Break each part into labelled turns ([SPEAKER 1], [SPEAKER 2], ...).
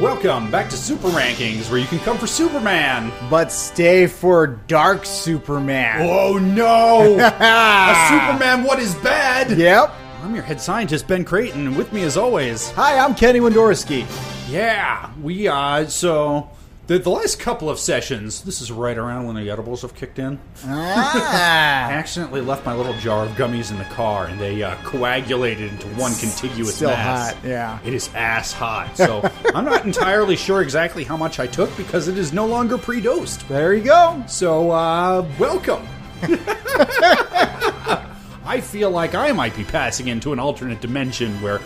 [SPEAKER 1] Welcome back to Super Rankings, where you can come for Superman.
[SPEAKER 2] But stay for Dark Superman.
[SPEAKER 1] Oh no! A
[SPEAKER 2] Superman.
[SPEAKER 1] Superman, what is bad?
[SPEAKER 2] Yep.
[SPEAKER 1] I'm your head scientist, Ben Creighton, and with me as always.
[SPEAKER 2] Hi, I'm Kenny Wendorski.
[SPEAKER 1] Yeah, we, uh, so. The, the last couple of sessions, this is right around when the edibles have kicked in. I
[SPEAKER 2] Ah.
[SPEAKER 1] accidentally left my little jar of gummies in the car, and they uh, coagulated into one contiguous
[SPEAKER 2] Still
[SPEAKER 1] mass.
[SPEAKER 2] hot, yeah.
[SPEAKER 1] It is ass hot. So I'm not entirely sure exactly how much I took because it is no longer pre-dosed.
[SPEAKER 2] there you go.
[SPEAKER 1] So uh, welcome. I feel like I might be passing into an alternate dimension where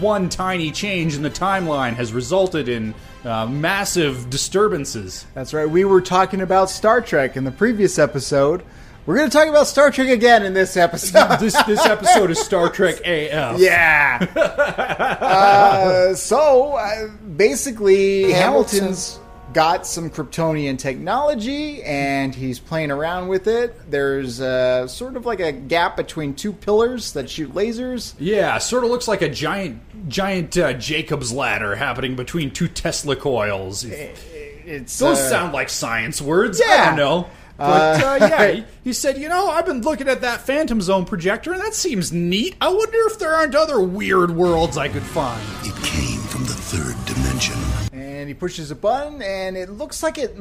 [SPEAKER 1] one tiny change in the timeline has resulted in uh, massive disturbances.
[SPEAKER 2] That's right. We were talking about Star Trek in the previous episode. We're going to talk about Star Trek again in this episode.
[SPEAKER 1] This this episode is Star Trek AF.
[SPEAKER 2] yeah. uh, so uh, basically,
[SPEAKER 3] Hamilton.
[SPEAKER 2] Hamilton's got some Kryptonian technology and he's playing around with it. There's uh, sort of like a gap between two pillars that shoot lasers.
[SPEAKER 1] Yeah, sort of looks like a giant, giant uh, Jacob's ladder happening between two Tesla coils.
[SPEAKER 2] It's
[SPEAKER 1] Those
[SPEAKER 2] uh,
[SPEAKER 1] sound like science words. I
[SPEAKER 2] yeah.
[SPEAKER 1] don't know. But uh, yeah, he, he said, you know, I've been looking at that Phantom Zone projector, and that seems neat. I wonder if there aren't other weird worlds I could find.
[SPEAKER 3] It came from the third dimension.
[SPEAKER 2] And he pushes a button, and it looks like it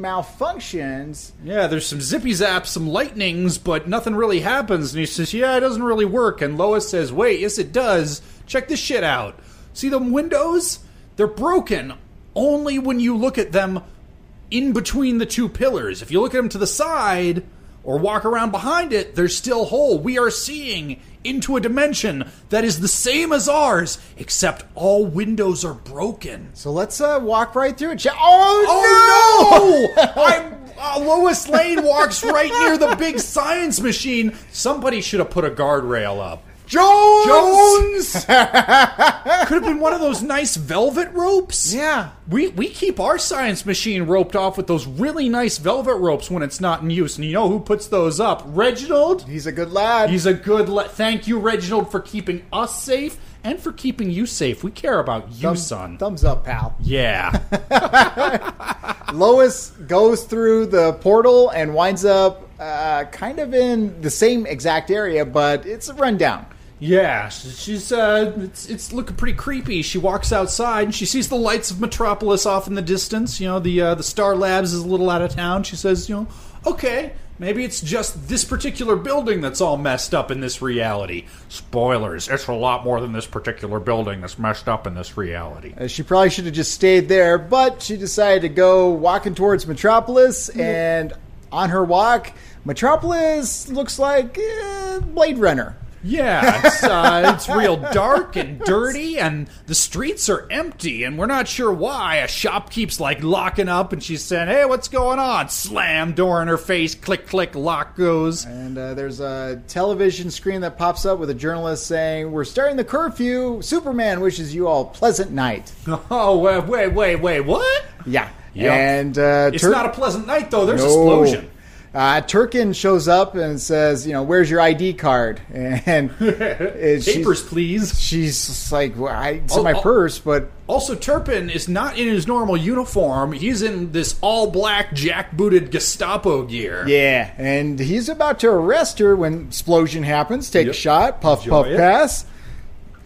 [SPEAKER 2] malfunctions.
[SPEAKER 1] Yeah, there's some zippy zaps, some lightnings, but nothing really happens. And he says, yeah, it doesn't really work. And Lois says, wait, yes, it does. Check this shit out. See them windows? They're broken only when you look at them in between the two pillars. If you look at them to the side or walk around behind it, they're still whole. We are seeing into a dimension that is the same as ours, except all windows are broken.
[SPEAKER 2] So let's uh, walk right through it. Ch- Oh,
[SPEAKER 1] Oh no! I'm uh, Lois Lane walks right near the big science machine. Somebody should have put a guardrail up.
[SPEAKER 2] Jones!
[SPEAKER 1] Jones could have been one of those nice velvet ropes.
[SPEAKER 2] Yeah.
[SPEAKER 1] We we keep our science machine roped off with those really nice velvet ropes when it's not in use. And you know who puts those up? Reginald.
[SPEAKER 2] He's a good lad.
[SPEAKER 1] He's a good. Le- Thank you, Reginald, for keeping us safe and for keeping you safe. We care about you,
[SPEAKER 2] Thumb-
[SPEAKER 1] son.
[SPEAKER 2] Thumbs up, pal.
[SPEAKER 1] yeah.
[SPEAKER 2] Lois goes through the portal and winds up uh, kind of in the same exact area, but it's a rundown.
[SPEAKER 1] Yeah, sh- she's uh, it's it's looking pretty creepy. She walks outside and she sees the lights of Metropolis off in the distance. You know, the uh, the Star Labs is a little out of town. She says, you know, okay, maybe it's just this particular building that's all messed up in this reality. Spoilers, it's a lot more than this particular building that's messed up in this reality.
[SPEAKER 2] Uh, she probably should have just stayed there, but she decided to go walking towards Metropolis, and on her walk, Metropolis looks like uh, Blade Runner.
[SPEAKER 1] Yeah, it's, uh, it's real dark and dirty, and the streets are empty, and we're not sure why. A shop keeps like locking up, and she's saying, "Hey, what's going on?" Slam door in her face. Click, click. Lock goes.
[SPEAKER 2] And uh, there's a television screen that pops up with a journalist saying, We're starting the curfew. Superman wishes you all pleasant night.
[SPEAKER 1] Oh, wait, wait, wait, wait. What?
[SPEAKER 2] Yeah.
[SPEAKER 1] Yep.
[SPEAKER 2] And uh,
[SPEAKER 1] It's
[SPEAKER 2] Tur-
[SPEAKER 1] not a pleasant night though. There's
[SPEAKER 2] No.
[SPEAKER 1] explosion.
[SPEAKER 2] Uh, Turkin shows up and says, You know, where's your ID card? And and she's-
[SPEAKER 1] Papers, please.
[SPEAKER 2] She's just like, well, I, it's in
[SPEAKER 1] Oh,
[SPEAKER 2] my
[SPEAKER 1] oh.
[SPEAKER 2] purse, but
[SPEAKER 1] Also, Turpin is not in his normal uniform. He's in this all-black, jackbooted Gestapo gear.
[SPEAKER 2] Yeah, and he's about to arrest her when explosion happens. Take
[SPEAKER 1] Yep.
[SPEAKER 2] a shot, puff,
[SPEAKER 1] Enjoy
[SPEAKER 2] puff,
[SPEAKER 1] it.
[SPEAKER 2] pass.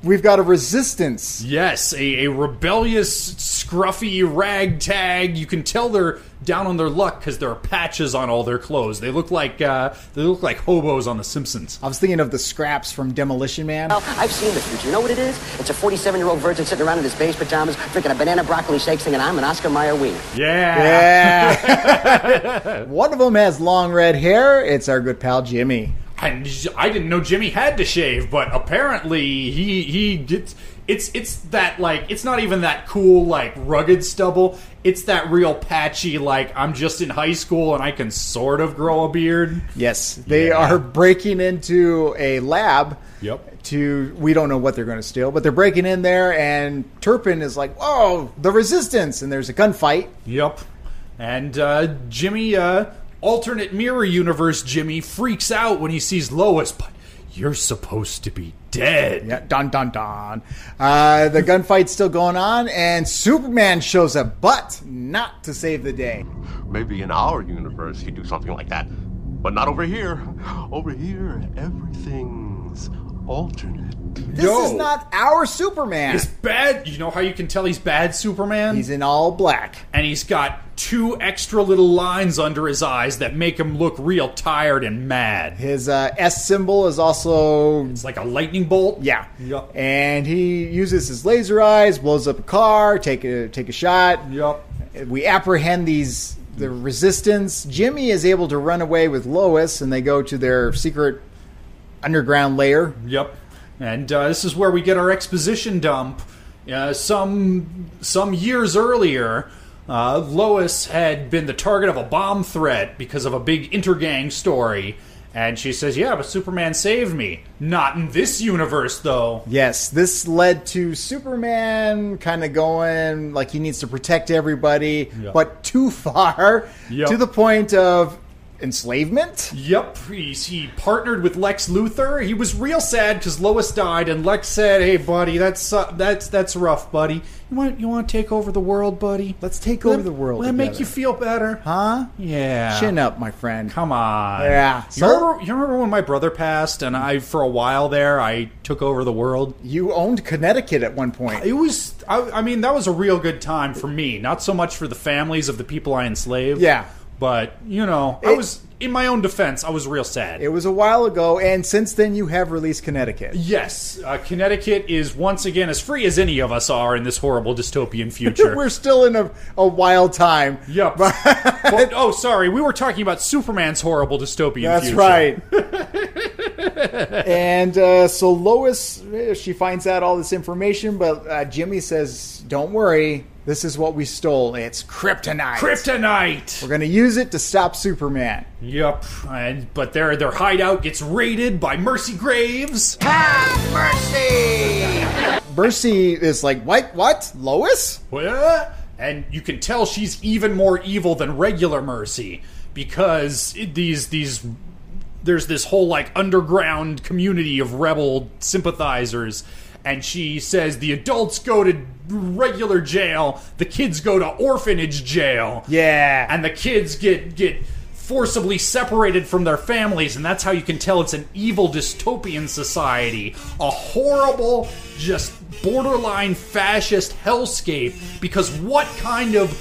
[SPEAKER 2] We've got a resistance.
[SPEAKER 1] Yes, a, a rebellious, scruffy ragtag. You can tell they're down on their luck because there are patches on all their clothes. They look like uh, they look like hobos on The Simpsons.
[SPEAKER 2] I was thinking of the scraps from Demolition Man.
[SPEAKER 4] Well, I've seen the future. You know what it is? It's a 47-year-old virgin sitting around in his beige pajamas, drinking a banana broccoli shake, singing "I'm an Oscar Mayer wiener."
[SPEAKER 1] Yeah.
[SPEAKER 2] Yeah. One of them has long red hair. It's our good pal Jimmy.
[SPEAKER 1] And j- I didn't know Jimmy had to shave, but apparently he he gets it's it's that like it's not even that cool like rugged stubble. It's that real patchy like I'm just in high school and I can sort of grow a beard.
[SPEAKER 2] Yes, they
[SPEAKER 1] Yeah.
[SPEAKER 2] are breaking into a lab.
[SPEAKER 1] Yep.
[SPEAKER 2] To we don't know what they're going to steal, but they're breaking in there, and Turpin is like, "Oh, the resistance!" And there's a gunfight.
[SPEAKER 1] Yep. And uh, Jimmy, uh, alternate mirror universe Jimmy, freaks out when he sees Lois, but You're supposed to be dead.
[SPEAKER 2] Yeah, dun dun dun. Uh, the gunfight's still going on, and Superman shows up, but not to save the day.
[SPEAKER 5] Maybe in our universe he'd do something like that. But not over here. Over here, everything's alternate.
[SPEAKER 2] This
[SPEAKER 1] Yo.
[SPEAKER 2] is not our Superman.
[SPEAKER 1] It's bad. You know how you can tell he's bad Superman?
[SPEAKER 2] He's in all black.
[SPEAKER 1] and he's got two extra little lines under his eyes that make him look real tired and mad.
[SPEAKER 2] His uh, S symbol is also
[SPEAKER 1] It's like a lightning bolt.
[SPEAKER 2] yeah,
[SPEAKER 1] Yup.
[SPEAKER 2] and he uses his laser eyes, blows up a car, take a take a shot.
[SPEAKER 1] Yup.
[SPEAKER 2] We apprehend these the resistance. Jimmy is able to run away with Lois, and they go to their secret underground lair.
[SPEAKER 1] Yep. And uh, this is where we get our exposition dump. Uh, some some years earlier, uh, Lois had been the target of a bomb threat because of a big intergang story, and she says, "Yeah, but Superman saved me. Not in this universe, though."
[SPEAKER 2] Yes, this led to Superman kind of going like he needs to protect everybody,
[SPEAKER 1] Yeah.
[SPEAKER 2] but too far
[SPEAKER 1] Yeah.
[SPEAKER 2] to the point of enslavement.
[SPEAKER 1] Yep, he, he partnered with Lex Luthor. He was real sad because Lois died, and Lex said, "Hey, buddy, that's uh, that's that's rough, buddy. You want you want to take over the world, buddy?
[SPEAKER 2] Let's take
[SPEAKER 1] Will
[SPEAKER 2] over
[SPEAKER 1] that-
[SPEAKER 2] the world
[SPEAKER 1] Will that make
[SPEAKER 2] together."
[SPEAKER 1] you feel better?
[SPEAKER 2] Huh?
[SPEAKER 1] Yeah.
[SPEAKER 2] Chin up, my friend.
[SPEAKER 1] Come on.
[SPEAKER 2] Yeah.
[SPEAKER 1] You,
[SPEAKER 2] So-
[SPEAKER 1] remember, you remember when my brother passed, and I for a while there I took over the world.
[SPEAKER 2] You owned Connecticut at one point.
[SPEAKER 1] It was, I, I mean, that was a real good time for me. Not so much for the families of the people I enslaved.
[SPEAKER 2] Yeah.
[SPEAKER 1] But you know, I
[SPEAKER 2] It-
[SPEAKER 1] was in my own defense. I was real sad.
[SPEAKER 2] It was a while ago, and since then you have released Connecticut.
[SPEAKER 1] Yes, uh, Connecticut is once again as free as any of us are in this horrible dystopian future.
[SPEAKER 2] We're still in a, a wild time.
[SPEAKER 1] yep. But- oh, sorry, we were talking about Superman's horrible dystopian
[SPEAKER 2] That's
[SPEAKER 1] future.
[SPEAKER 2] right. and uh, so Lois, eh, she finds out all this information, but uh, Jimmy says, "Don't worry, this is what we stole. It's kryptonite.
[SPEAKER 1] Kryptonite.
[SPEAKER 2] We're gonna use it to stop Superman."
[SPEAKER 1] Yep. And but their their hideout gets raided by Mercy Graves.
[SPEAKER 2] Mercy is like, "What? What? Lois?
[SPEAKER 1] What? And you can tell she's even more evil than regular Mercy because it- these these there's this whole like underground community of rebel sympathizers and she says the adults go to regular jail, the kids go to orphanage jail.
[SPEAKER 2] Yeah.
[SPEAKER 1] And the kids get get forcibly separated from their families and that's how you can tell it's an evil dystopian society a horrible just borderline fascist hellscape because what kind of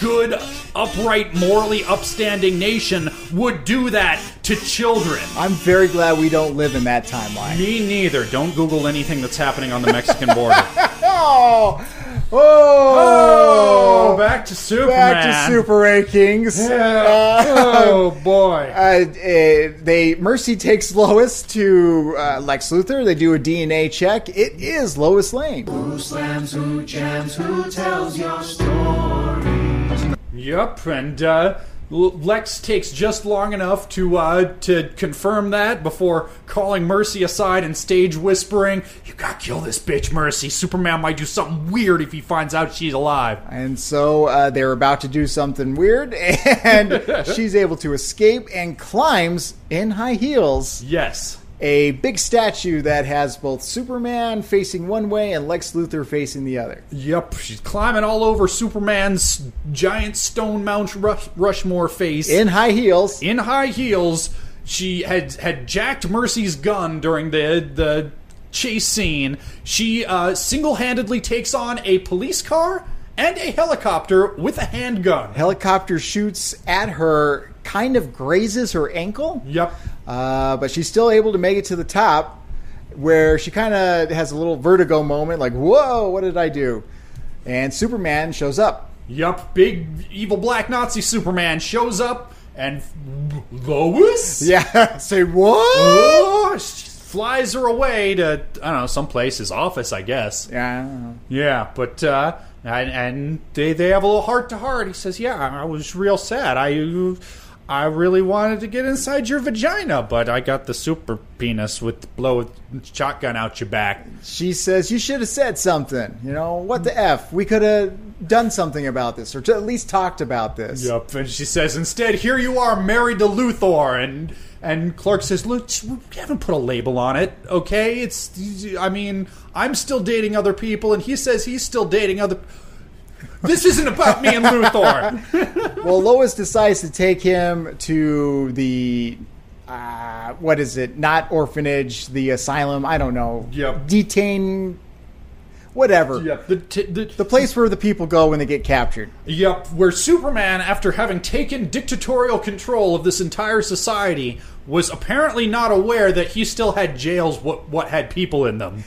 [SPEAKER 1] good upright morally upstanding nation would do that to children
[SPEAKER 2] I'm very glad we don't live in that timeline."
[SPEAKER 1] me neither don't google anything that's happening on the mexican border
[SPEAKER 2] Oh, oh,
[SPEAKER 1] oh back to superman
[SPEAKER 2] back to Super Ray Kings.
[SPEAKER 1] yeah. oh boy
[SPEAKER 2] Uh, uh, they Mercy takes Lois to uh, Lex Luthor. They do a DNA check. It is Lois Lane.
[SPEAKER 1] Yep, and uh, L- Lex takes just long enough to uh, to confirm that before calling Mercy aside and stage whispering, "You gotta kill this bitch, Mercy. Superman might do something weird if he finds out she's alive."
[SPEAKER 2] And so uh, they're about to do something weird, and she's able to escape and climbs in high heels
[SPEAKER 1] Yes.
[SPEAKER 2] a big statue that has both Superman facing one way and Lex Luthor facing the other.
[SPEAKER 1] Yep, she's climbing all over Superman's giant stone Mount Rush- Rushmore face.
[SPEAKER 2] In high heels,
[SPEAKER 1] in high heels. She had had jacked Mercy's gun during the the chase scene. She uh, single handedly takes on a police car and a helicopter with a handgun.
[SPEAKER 2] helicopter shoots at her, kind of grazes her ankle.
[SPEAKER 1] Yep.
[SPEAKER 2] Uh, but she's still able to make it to the top, where she kind of has a little vertigo moment, like "Whoa, what did I do?" And Superman shows up.
[SPEAKER 1] Yep. Big evil black Nazi Superman shows up and Lois.
[SPEAKER 2] Yeah, say what?
[SPEAKER 1] Oh, she flies her away to I don't know someplace his office I guess.
[SPEAKER 2] Yeah,
[SPEAKER 1] Yeah, but uh, and, and they they have a little heart to heart. He says, "Yeah, I was real sad. I I really wanted to get inside your vagina, but I got the super penis with the blow shotgun out your back.
[SPEAKER 2] She says, You should have said something. You know, what the F? We could have done something about this, or t- at least talked about this.
[SPEAKER 1] Yup, and she says, instead, here you are married to Luthor, and and Clark says, look, we haven't put a label on it, okay? It's, I mean, I'm still dating other people, and he says he's still dating other. This isn't about me and Luthor.
[SPEAKER 2] Well, Lois decides to take him to the. Uh, what is it? Not orphanage, the asylum. I don't know.
[SPEAKER 1] Yep.
[SPEAKER 2] Detain. Whatever.
[SPEAKER 1] yep, the, t- the,
[SPEAKER 2] The place where the people go when they get captured.
[SPEAKER 1] Yep, where Superman, after having taken dictatorial control of this entire society, was apparently not aware that he still had jails what what had people in them.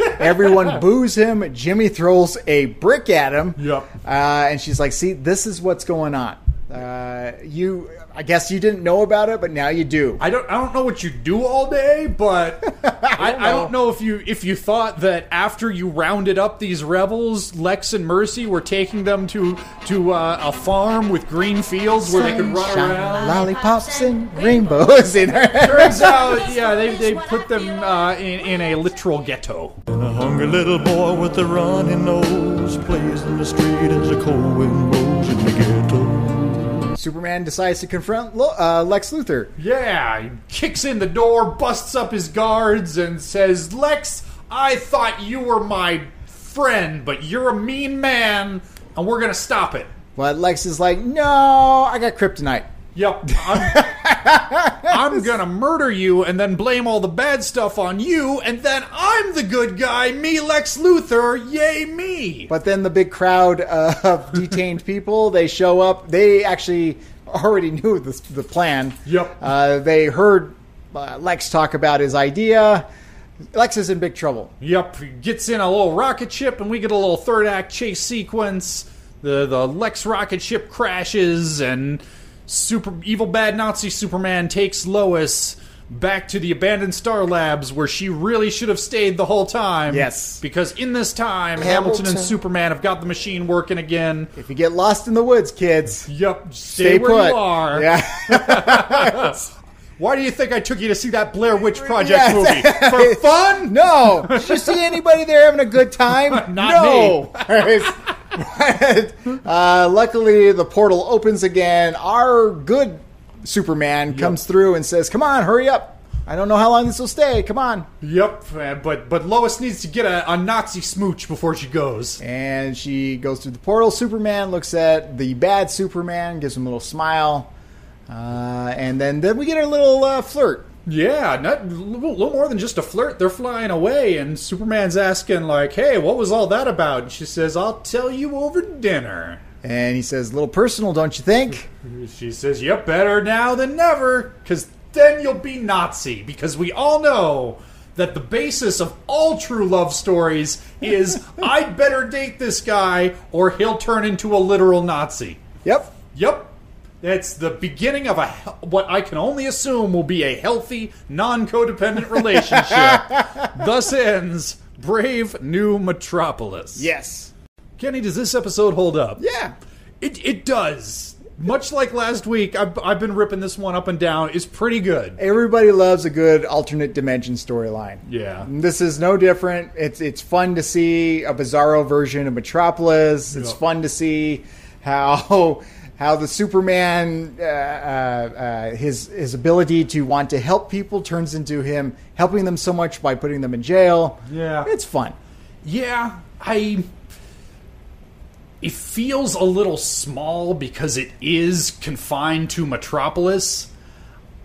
[SPEAKER 2] everyone boos him. Jimmy throws a brick at him.
[SPEAKER 1] Yep.
[SPEAKER 2] Uh, and she's like, "See, this is what's going on. Uh, you, I guess you didn't know about it, but now you do."
[SPEAKER 1] I don't I don't know what you do all day, but I, I don't know if you if you thought that after you rounded up these rebels, Lex and Mercy were taking them to to uh, a farm with green fields where they could run
[SPEAKER 2] Sunshine,
[SPEAKER 1] around.
[SPEAKER 2] lollipops, and rainbows in her.
[SPEAKER 1] Turns out, yeah, they, they put them uh, in, in a literal ghetto.
[SPEAKER 6] A hungry little boy with a runny nose plays in the street as the cold wind blows in the ghetto.
[SPEAKER 2] Superman decides to confront Lo- uh, Lex Luthor.
[SPEAKER 1] Yeah, he kicks in the door, busts up his guards, and says, Lex, I thought you were my friend, but you're a mean man, and we're gonna stop it.
[SPEAKER 2] But Lex is like, "No, I got kryptonite."
[SPEAKER 1] Yep. I'm, I'm gonna murder you and then blame all the bad stuff on you, and then I'm the good guy, me, Lex Luthor, yay me.
[SPEAKER 2] But then the big crowd of detained people, they show up. They actually already knew the, the plan.
[SPEAKER 1] Yep.
[SPEAKER 2] Uh, they heard uh, Lex talk about his idea. Lex is in big trouble.
[SPEAKER 1] Yep, he gets in a little rocket ship, and we get a little third act chase sequence. The the Lex rocket ship crashes, and super evil bad Nazi Superman takes Lois back to the abandoned Star Labs, where she really should have stayed the whole time.
[SPEAKER 2] Yes.
[SPEAKER 1] because in this time, Hamilton, and
[SPEAKER 2] Hamilton.
[SPEAKER 1] Superman have got the machine working again.
[SPEAKER 2] If you get lost in the woods, kids,
[SPEAKER 1] Yep, stay, where
[SPEAKER 2] put.
[SPEAKER 1] you are.
[SPEAKER 2] Yeah.
[SPEAKER 1] Why do you think I took you to see that Blair Witch Project movie for fun?
[SPEAKER 2] No. Did you see anybody there having a good time?
[SPEAKER 1] Not
[SPEAKER 2] no. uh, luckily, the portal opens again. Our good Superman comes through and says, "Come on, hurry up! I don't know how long this will stay. Come on!"
[SPEAKER 1] Yep, uh, but but Lois needs to get a, a Nazi smooch before she goes.
[SPEAKER 2] And she goes through the portal. Superman looks at the bad Superman, gives him a little smile, uh, and then then we get a little uh, flirt.
[SPEAKER 1] Yeah, not a little more than just a flirt. They're flying away, and Superman's asking like, "Hey, what was all that about?" And she says, "I'll tell you over dinner."
[SPEAKER 2] And he says, "A little personal, don't you think?"
[SPEAKER 1] She says, "Yep, better now than never, because then you'll be Nazi." Because we all know that the basis of all true love stories is, "I'd better date this guy, or he'll turn into a literal Nazi."
[SPEAKER 2] Yep.
[SPEAKER 1] Yep. That's the beginning of a he- what I can only assume will be a healthy, non-codependent relationship. Thus ends Brave New Metropolis.
[SPEAKER 2] Yes.
[SPEAKER 1] Kenny, does this episode hold up?
[SPEAKER 2] Yeah.
[SPEAKER 1] It it does. Much like last week, I've, I've been ripping this one up and down. It's pretty good.
[SPEAKER 2] Everybody loves a good alternate dimension storyline.
[SPEAKER 1] Yeah.
[SPEAKER 2] This is no different. It's it's fun to see a bizarro version of Metropolis. It's
[SPEAKER 1] Yeah.
[SPEAKER 2] fun to see how how the Superman uh, uh, uh, his his ability to want to help people turns into him helping them so much by putting them in jail.
[SPEAKER 1] Yeah.
[SPEAKER 2] it's fun.
[SPEAKER 1] Yeah, I. It feels a little small because it is confined to Metropolis.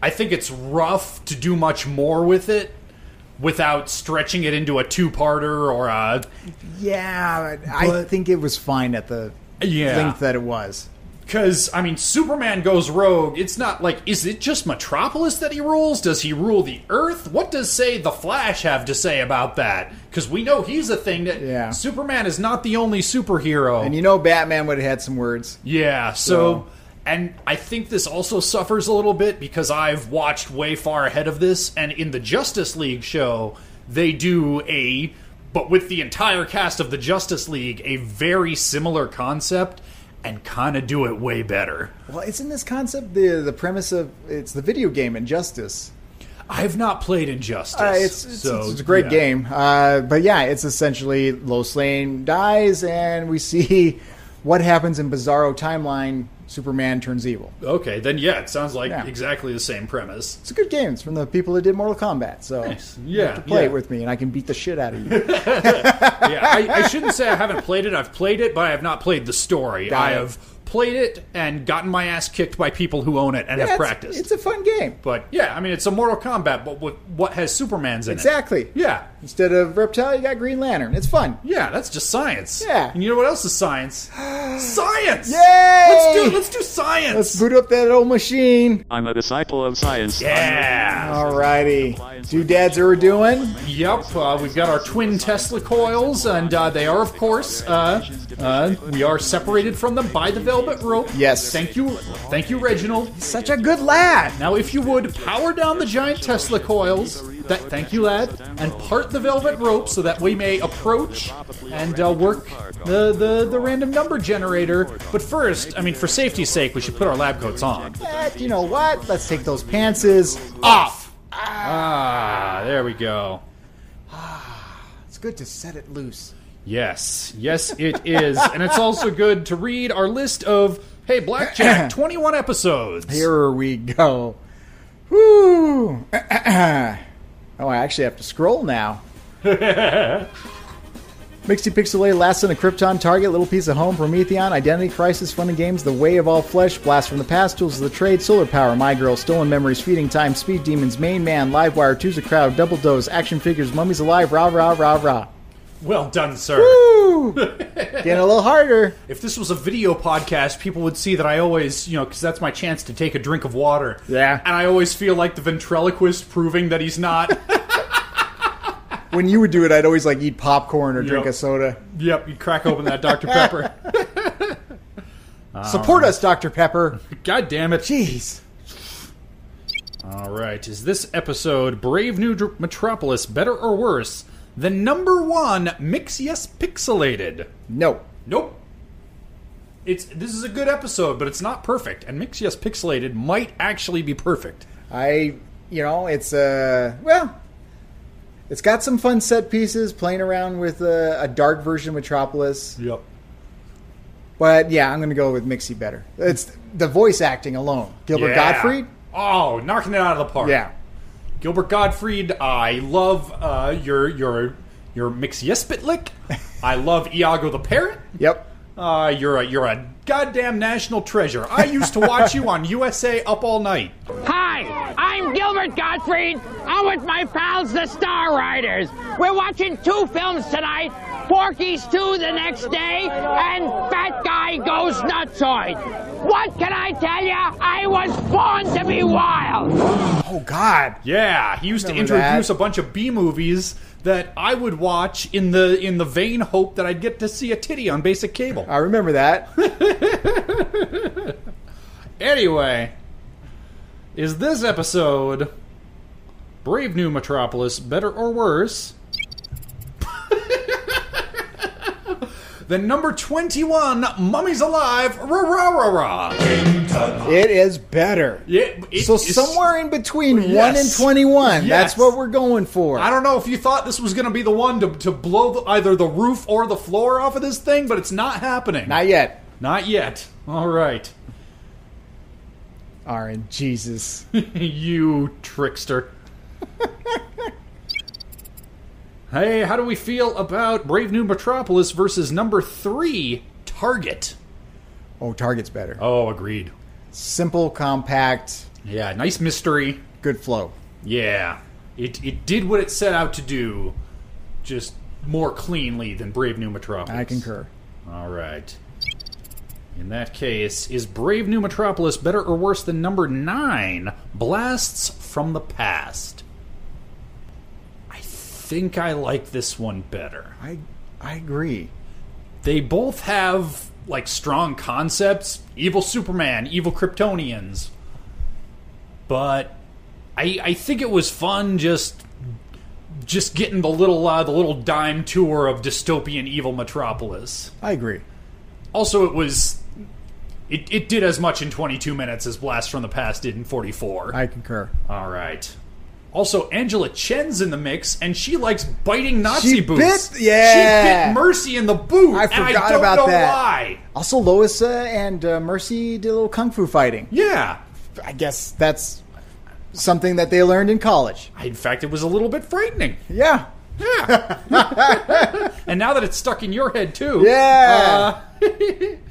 [SPEAKER 1] I think it's rough to do much more with it without stretching it into a two-parter or a
[SPEAKER 2] Yeah, but I think it was fine at the
[SPEAKER 1] Yeah.
[SPEAKER 2] length that it was.
[SPEAKER 1] Because, I mean, Superman goes rogue. It's not like, is it just Metropolis that he rules? Does he rule the Earth? What does, say, The Flash have to say about that? Because we know he's a thing that.
[SPEAKER 2] Yeah.
[SPEAKER 1] Superman is not the only superhero.
[SPEAKER 2] And you know, Batman would have had some words.
[SPEAKER 1] yeah, so. And I think this also suffers a little bit because I've watched way far ahead of this. And in the Justice League show, they do a. But with the entire cast of the Justice League, a very similar concept. and kind of do it way better.
[SPEAKER 2] Well, isn't this concept the the premise of it's the video game Injustice?
[SPEAKER 1] I've not played Injustice.
[SPEAKER 2] Uh, it's, it's,
[SPEAKER 1] so,
[SPEAKER 2] it's a great
[SPEAKER 1] yeah.
[SPEAKER 2] game. Uh, but yeah, it's essentially Lois Lane dies, and we see what happens in Bizarro timeline. Superman turns evil.
[SPEAKER 1] Okay, then yeah, it sounds like
[SPEAKER 2] Yeah.
[SPEAKER 1] exactly the same premise.
[SPEAKER 2] It's a good game. It's from the people that did Mortal Kombat. So
[SPEAKER 1] Yeah,
[SPEAKER 2] play
[SPEAKER 1] yeah.
[SPEAKER 2] it with me, and I can beat the shit out of you.
[SPEAKER 1] yeah, I, I shouldn't say I haven't played it. I've played it, but I have not played the story.
[SPEAKER 2] Got
[SPEAKER 1] I
[SPEAKER 2] it.
[SPEAKER 1] have played it and gotten my ass kicked by people who own it and
[SPEAKER 2] Yeah,
[SPEAKER 1] have
[SPEAKER 2] it's-
[SPEAKER 1] practiced.
[SPEAKER 2] It's a fun game.
[SPEAKER 1] but yeah, I mean, it's a Mortal Kombat, but with what has Superman's in
[SPEAKER 2] Exactly.
[SPEAKER 1] it? Yeah,
[SPEAKER 2] Instead of Reptile, you got Green Lantern. It's fun.
[SPEAKER 1] yeah, that's just science.
[SPEAKER 2] Yeah.
[SPEAKER 1] and you know what else is science? science.
[SPEAKER 2] Yay!
[SPEAKER 1] Let's do let's do science.
[SPEAKER 2] Let's boot up that old machine.
[SPEAKER 7] I'm a disciple of science.
[SPEAKER 1] yeah.
[SPEAKER 2] Alrighty. Doodads are doing.
[SPEAKER 1] Yep, uh, we've got our twin Tesla coils, and uh, they are, of course, uh, uh, we are separated from them by the velvet rope.
[SPEAKER 2] Yes.
[SPEAKER 1] Thank you, thank you, Reginald.
[SPEAKER 2] Such a good lad.
[SPEAKER 1] Now, if you would, power down the giant Tesla coils. That, thank you, lad, and part the velvet rope so that we may approach and uh, work the, the the random number generator. But first, I mean, for safety's sake, we should put our lab coats on.
[SPEAKER 2] Eh, you know what? Let's take those pantses.
[SPEAKER 1] Off. Ah, there we go.
[SPEAKER 2] It's good to set it loose.
[SPEAKER 1] Yes, yes, it is, and it's also good to read our list of hey blackjack twenty one episodes.
[SPEAKER 2] Here we go. Whoo! oh, I actually have to scroll now. Mixty Pixelay, Last in the Krypton, Target, Little Piece of Home, Prometheon, Identity Crisis, Fun and Games, The Way of All Flesh, Blast from the Past, Tools of the Trade, Solar Power, My Girl, Stolen Memories, Feeding Time, Speed Demons, Main Man, Livewire, Two's a Crowd, Double Dose, Action Figures, Mummies Alive, Rah Rah Rah Rah.
[SPEAKER 1] Well done, sir.
[SPEAKER 2] Woo! Getting a little harder.
[SPEAKER 1] If this was a video podcast, people would see that I always, you know, because that's my chance to take a drink of water.
[SPEAKER 2] Yeah.
[SPEAKER 1] and I always feel like the ventriloquist proving that he's not.
[SPEAKER 2] When you would do it, I'd always like eat popcorn or drink
[SPEAKER 1] Yep.
[SPEAKER 2] a soda.
[SPEAKER 1] yep, you crack open that Dr Pepper. Ah.
[SPEAKER 2] Support us, Dr. Pepper.
[SPEAKER 1] God damn it!
[SPEAKER 2] Jeez.
[SPEAKER 1] All right, is this episode Brave New Dr- Metropolis better or worse than number one Mixius Pixelated?
[SPEAKER 2] No.
[SPEAKER 1] Nope. It's this is a good episode, but it's not perfect. And Mix Yes Pixelated might actually be perfect.
[SPEAKER 2] I, you know, it's uh, well, it's got some fun set pieces playing around with uh, a, a dark version of Metropolis,
[SPEAKER 1] Yep.
[SPEAKER 2] but yeah, I'm gonna go with Mixie better. It's the voice acting alone. Gilbert Gottfried,
[SPEAKER 1] Oh, knocking it out of the park.
[SPEAKER 2] yeah,
[SPEAKER 1] Gilbert Gottfried, I love uh, your your your Mix Yes Pitlick. I love Iago the Parrot.
[SPEAKER 2] yep.
[SPEAKER 1] Uh, you're a you're a goddamn national treasure. I used to watch you on USA Up All Night.
[SPEAKER 8] Hi, I'm Gilbert Gottfried. I'm with my pals, the Star Riders. We're watching two films tonight Porky's 2 the next day, and Fat Guy Goes Nutsoid. What can I tell you? I was born to be wild.
[SPEAKER 2] Oh God,
[SPEAKER 1] Yeah, he used to
[SPEAKER 2] Remember that.
[SPEAKER 1] introduce a bunch of B movies that I would watch in the in the vain hope that I'd get to see a titty on basic cable.
[SPEAKER 2] I remember that.
[SPEAKER 1] Anyway, is this episode Brave New Metropolis better or worse than number 21 Mummies Alive Rah Rah Rah Rah?
[SPEAKER 2] it is better.
[SPEAKER 1] Yeah, it
[SPEAKER 2] so
[SPEAKER 1] is-
[SPEAKER 2] somewhere in between one and
[SPEAKER 1] Yes.
[SPEAKER 2] twenty-one,
[SPEAKER 1] Yes.
[SPEAKER 2] that's what we're going for.
[SPEAKER 1] I don't know if you thought this was going to be the one to, to blow the, either the roof or the floor off of this thing, but it's not happening.
[SPEAKER 2] Not yet.
[SPEAKER 1] Not yet. All right.
[SPEAKER 2] Aaron, Jesus.
[SPEAKER 1] you trickster. hey, how do we feel about Brave New Metropolis versus number three, Target?
[SPEAKER 2] Oh, Target's better.
[SPEAKER 1] Oh, agreed.
[SPEAKER 2] Simple, compact,
[SPEAKER 1] Yeah, nice mystery.
[SPEAKER 2] good flow.
[SPEAKER 1] Yeah. It, it did what it set out to do, just more cleanly than Brave New Metropolis.
[SPEAKER 2] I concur.
[SPEAKER 1] All right. In that case, is Brave New Metropolis better or worse than number nine, Blasts from the Past? I think I like this one better.
[SPEAKER 2] I I agree.
[SPEAKER 1] They both have, like, strong concepts evil Superman, evil Kryptonians. But I, I think it was fun just. Just getting the little uh, the little dime tour of dystopian evil metropolis.
[SPEAKER 2] I agree.
[SPEAKER 1] also it was It, it did as much in 22 minutes as Blast from the Past did in 44.
[SPEAKER 2] I concur.
[SPEAKER 1] All right. Also, Angela Chen's in the mix, and she likes biting Nazi
[SPEAKER 2] She
[SPEAKER 1] boots.
[SPEAKER 2] bit- yeah.
[SPEAKER 1] she bit Mercy in the boot.
[SPEAKER 2] I
[SPEAKER 1] and
[SPEAKER 2] forgot
[SPEAKER 1] I don't
[SPEAKER 2] about
[SPEAKER 1] know
[SPEAKER 2] that.
[SPEAKER 1] Why?
[SPEAKER 2] Also, Lois uh, and uh, Mercy did a little kung fu fighting.
[SPEAKER 1] Yeah.
[SPEAKER 2] I guess that's something that they learned in college.
[SPEAKER 1] In fact, it was a little bit frightening.
[SPEAKER 2] Yeah.
[SPEAKER 1] Yeah. and now that it's stuck in your head too.
[SPEAKER 2] Yeah.
[SPEAKER 1] uh,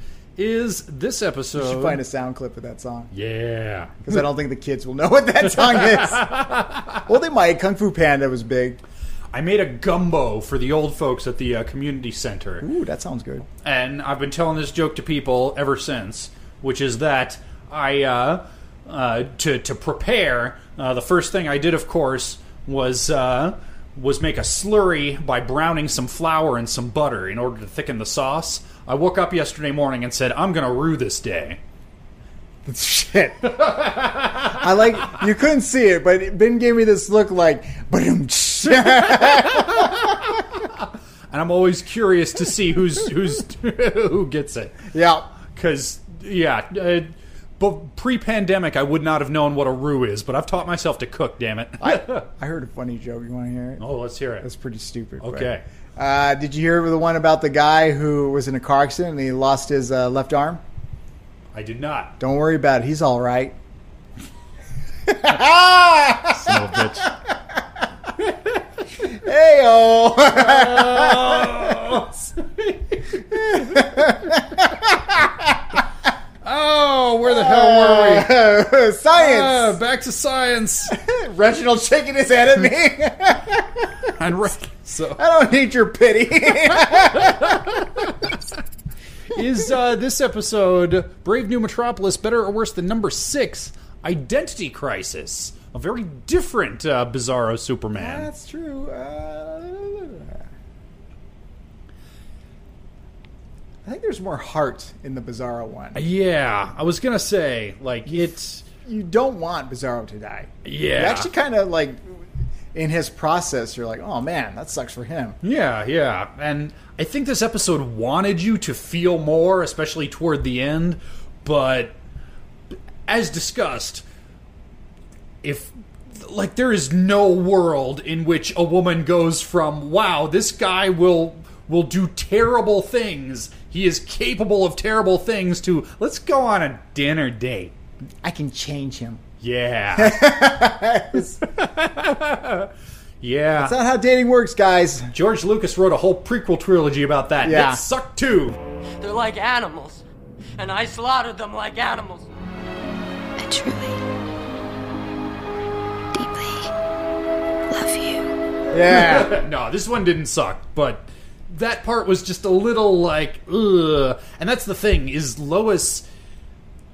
[SPEAKER 1] is this episode?
[SPEAKER 2] You should find a sound clip of that song
[SPEAKER 1] Yeah.
[SPEAKER 2] because I don't think the kids will know what that song is. well, they might. Kung Fu Panda was big.
[SPEAKER 1] I made a gumbo for the old folks at the uh, community center.
[SPEAKER 2] Ooh, that sounds good.
[SPEAKER 1] and I've been telling this joke to people ever since, which is that I uh, uh, to to prepare. Uh, the first thing I did, of course, was uh, was make a slurry by browning some flour and some butter in order to thicken the sauce. I woke up yesterday morning and said, "I'm gonna rue this day."
[SPEAKER 2] Shit. I like you couldn't see it, but Ben gave me this look like, but
[SPEAKER 1] And I'm always curious to see who's who's who gets it.
[SPEAKER 2] yeah.
[SPEAKER 1] Because, yeah, uh, but pre pandemic, I would not have known what a roux is, but I've taught myself to cook, damn it.
[SPEAKER 2] I heard a funny joke. You want to hear it?
[SPEAKER 1] oh, let's hear it.
[SPEAKER 2] That's pretty stupid. but-
[SPEAKER 1] Okay.
[SPEAKER 2] Uh, did you hear the one about the guy who was in a car accident and he lost his uh, left arm?
[SPEAKER 1] I did not.
[SPEAKER 2] Don't worry about it. He's all right.
[SPEAKER 7] Son of a bitch.
[SPEAKER 2] Hey, oh.
[SPEAKER 1] oh, where the hell were we?
[SPEAKER 2] Science.
[SPEAKER 1] Uh, back to science.
[SPEAKER 2] Reginald shaking his head at me.
[SPEAKER 1] and re- so,
[SPEAKER 2] I don't need your pity.
[SPEAKER 1] is uh, this episode Brave New Metropolis better or worse than number six, Identity Crisis? A very different uh, Bizarro Superman.
[SPEAKER 2] That's true. Uh, I think there's more heart in the Bizarro one.
[SPEAKER 1] yeah, I was gonna say like it's
[SPEAKER 2] You don't want Bizarro to die.
[SPEAKER 1] yeah,
[SPEAKER 2] You actually kind of like in his process. You're like, oh man, that sucks for him.
[SPEAKER 1] Yeah, yeah. And I think this episode wanted you to feel more, especially toward the end, but as discussed, if like there is no world in which a woman goes from wow, this guy will will do terrible things. He is capable of terrible things to let's go on a dinner date.
[SPEAKER 2] I can change him.
[SPEAKER 1] Yeah. yeah.
[SPEAKER 2] That's not how dating works, guys.
[SPEAKER 1] George Lucas wrote a whole prequel trilogy about that.
[SPEAKER 2] Yeah.
[SPEAKER 1] It sucked too.
[SPEAKER 9] They're like animals, and I slaughtered them like animals.
[SPEAKER 10] I truly, deeply love you.
[SPEAKER 2] Yeah.
[SPEAKER 1] no, this one didn't suck, but that part was just a little like, ugh. And that's the thing is Lois.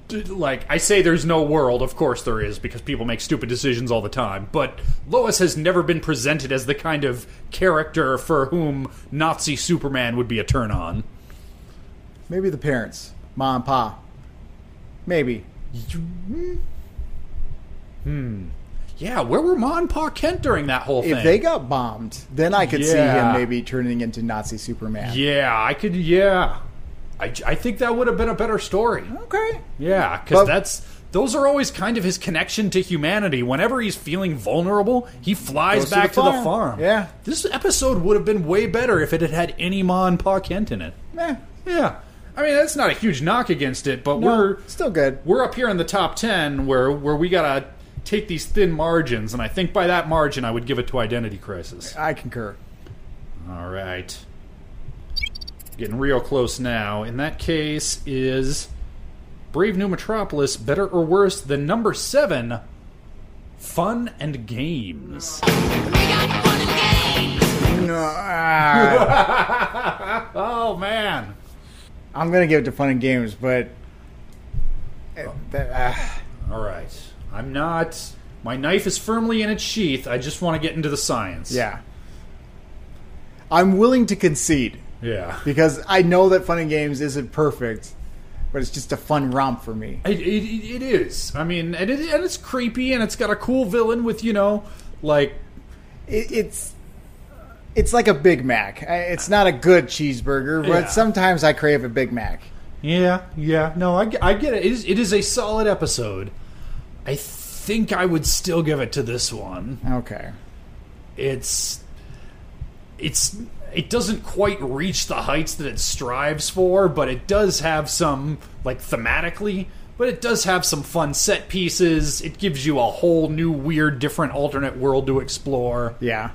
[SPEAKER 1] d- Like I say, there's no world. Of course, there is because people make stupid decisions all the time. But Lois has never been presented as the kind of character for whom Nazi Superman would be a turn on.
[SPEAKER 2] Maybe the parents, mom, pa. Maybe.
[SPEAKER 1] Yeah, where were Ma and Pa Kent during that whole thing?
[SPEAKER 2] If they got bombed, then I could see
[SPEAKER 1] Yeah.
[SPEAKER 2] him maybe turning into Nazi Superman.
[SPEAKER 1] Yeah, I could. Yeah, I, I think that would have been a better story.
[SPEAKER 2] Okay.
[SPEAKER 1] Yeah,
[SPEAKER 2] But-
[SPEAKER 1] because that's those are always kind of his connection to humanity. Whenever he's feeling vulnerable, he flies
[SPEAKER 2] Goes to
[SPEAKER 1] back
[SPEAKER 2] the
[SPEAKER 1] to the,
[SPEAKER 2] farm.
[SPEAKER 1] farm.
[SPEAKER 2] Yeah.
[SPEAKER 1] this episode would have been way better if it had had any Ma and Pa Kent in it.
[SPEAKER 2] Eh,
[SPEAKER 1] Yeah, I mean that's not a huge knock against it, but
[SPEAKER 2] no,
[SPEAKER 1] we're
[SPEAKER 2] still good.
[SPEAKER 1] we're up here in the top ten where where we gotta take these thin margins, and I think by that margin I would give it to Identity Crisis.
[SPEAKER 2] I concur.
[SPEAKER 1] All right. Getting real close now. In that case, is Brave New Metropolis better or worse than number seven, Fun and Games?
[SPEAKER 2] No,
[SPEAKER 1] Oh, man.
[SPEAKER 2] I'm gonna give it to Fun and Games, but uh, that- ah.
[SPEAKER 1] All right. I'm not. My knife is firmly in its sheath. I just want to get into the science.
[SPEAKER 2] yeah, I'm willing to concede
[SPEAKER 1] Yeah.
[SPEAKER 2] because I know that Fun and Games isn't perfect, but it's just a fun romp for me.
[SPEAKER 1] It, it, it is. I mean, and, it, and it's creepy, and it's got a cool villain with, you know, like.
[SPEAKER 2] It, it's it's like a Big Mac. I- It's not a good cheeseburger,
[SPEAKER 1] Yeah.
[SPEAKER 2] but sometimes I crave a Big Mac.
[SPEAKER 1] Yeah, yeah. No, I, I get it. It is, it is a solid episode. I think I would still give it to this one.
[SPEAKER 2] Okay.
[SPEAKER 1] It's it's it doesn't quite reach the heights that it strives for, but it does have some like thematically, but it does have some fun set pieces. It gives you a whole new weird different alternate world to explore.
[SPEAKER 2] Yeah.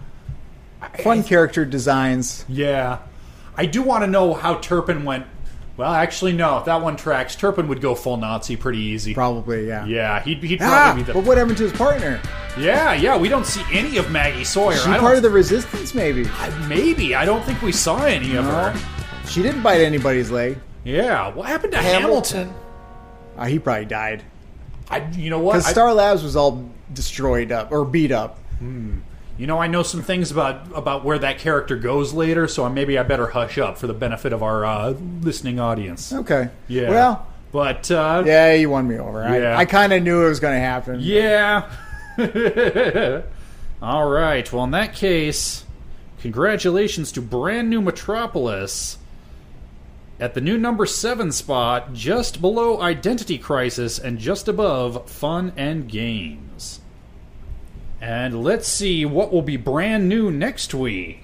[SPEAKER 2] Fun character designs.
[SPEAKER 1] Yeah. I do want to know how Turpin went. Well, actually, no. If that one tracks, Turpin would go full Nazi pretty easy.
[SPEAKER 2] Probably, yeah.
[SPEAKER 1] Yeah, he'd, he'd
[SPEAKER 2] Ah,
[SPEAKER 1] probably be the.
[SPEAKER 2] but what happened to his partner?
[SPEAKER 1] Yeah, yeah. We don't see any of Maggie Sawyer.
[SPEAKER 2] She
[SPEAKER 1] I don't,
[SPEAKER 2] part of the resistance, maybe.
[SPEAKER 1] maybe I don't think we saw any of her.
[SPEAKER 2] She didn't bite anybody's leg.
[SPEAKER 1] Yeah. What happened to Hamilton?
[SPEAKER 7] Hamilton.
[SPEAKER 2] Uh, he probably died.
[SPEAKER 1] I, you know what?
[SPEAKER 2] Because
[SPEAKER 1] I-
[SPEAKER 2] Star Labs was all destroyed up or beat up.
[SPEAKER 1] you know, I know some things about about where that character goes later, so maybe I better hush up for the benefit of our uh, listening audience.
[SPEAKER 2] Okay.
[SPEAKER 1] Yeah.
[SPEAKER 2] Well,
[SPEAKER 1] but uh,
[SPEAKER 2] yeah, you won me over. I,
[SPEAKER 1] Yeah.
[SPEAKER 2] I kind of knew it was going to happen.
[SPEAKER 1] Yeah. All right. Well, in that case, congratulations to brand new Metropolis at the new number seven spot, just below Identity Crisis and just above Fun and Games. And let's see what will be brand new next week.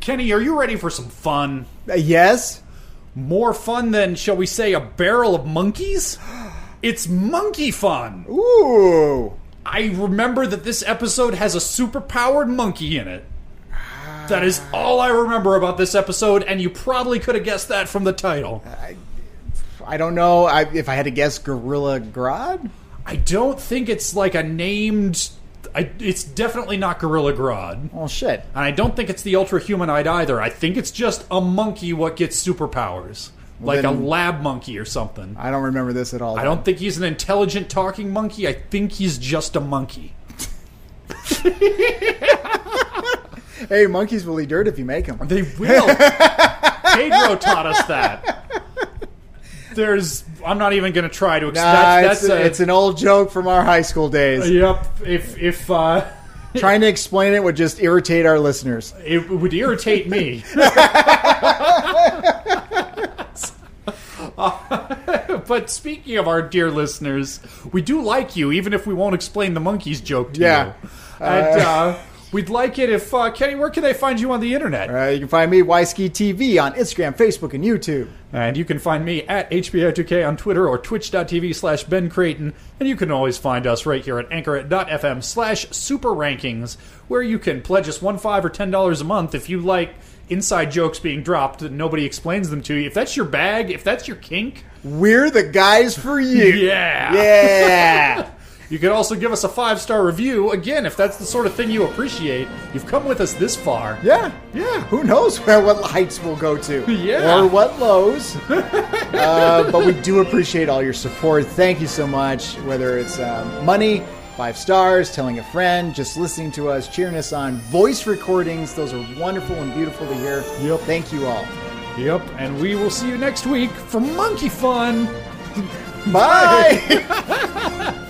[SPEAKER 1] Kenny, are you ready for some fun?
[SPEAKER 2] Uh, yes.
[SPEAKER 1] More fun than, shall we say, a barrel of monkeys? It's monkey fun!
[SPEAKER 2] Ooh.
[SPEAKER 1] I remember that this episode has a superpowered monkey in it. That is all I remember about this episode, and you probably could have guessed that from the title.
[SPEAKER 2] I don't know. I, if I had to guess, Gorilla Grodd.
[SPEAKER 1] I don't think it's like a named. I, it's definitely not Gorilla Grodd, and
[SPEAKER 2] Oh shit.
[SPEAKER 1] I don't think it's the Ultra Humanoid either. I think it's just a monkey what gets superpowers, like a
[SPEAKER 2] then-
[SPEAKER 1] lab monkey or something.
[SPEAKER 2] I don't remember this at all.
[SPEAKER 1] I don't think he's an intelligent talking monkey. I think he's just a monkey.
[SPEAKER 2] Hey, monkeys will eat dirt if you make them.
[SPEAKER 1] They will. Pedro taught us that. There's. I'm not even going to try to. Ex-
[SPEAKER 2] Nah,
[SPEAKER 1] that's,
[SPEAKER 2] Uh, it's,
[SPEAKER 1] that's a, Uh,
[SPEAKER 2] it's an old joke from our high school days.
[SPEAKER 1] Yep. If if uh,
[SPEAKER 2] Trying to explain it would just irritate our listeners.
[SPEAKER 1] it would irritate me. but speaking of our dear listeners, we do like you, even if we won't explain the monkeys joke to
[SPEAKER 2] Yeah.
[SPEAKER 1] you. And, uh, we'd like it if uh, Kenny. Where can they find you on the internet?
[SPEAKER 2] Uh, you can find me Wisky TV on Instagram, Facebook, and YouTube.
[SPEAKER 1] And you can find me at HBO2K on Twitter or twitch.tv slash Ben Creighton. And you can always find us right here at anchor.fm slash super rankings, where you can pledge us one, five, or ten dollars a month if you like inside jokes being dropped and nobody explains them to you. If that's your bag, if that's your kink,
[SPEAKER 2] We're the guys for you.
[SPEAKER 1] Yeah.
[SPEAKER 2] Yeah.
[SPEAKER 1] you can also give us a five star review. Again, if that's the sort of thing you appreciate, you've come with us this far.
[SPEAKER 2] yeah.
[SPEAKER 1] Yeah.
[SPEAKER 2] Who knows where what heights we'll go to?
[SPEAKER 1] Yeah.
[SPEAKER 2] Or what lows. uh, but we do appreciate all your support. Thank you so much. Whether it's um, money, five stars, telling a friend, just listening to us, cheering us on, voice recordings. Those are wonderful and beautiful to hear.
[SPEAKER 1] Yep.
[SPEAKER 2] Thank you all.
[SPEAKER 1] Yep. And we will see you next week for Monkey Fun.
[SPEAKER 2] Bye.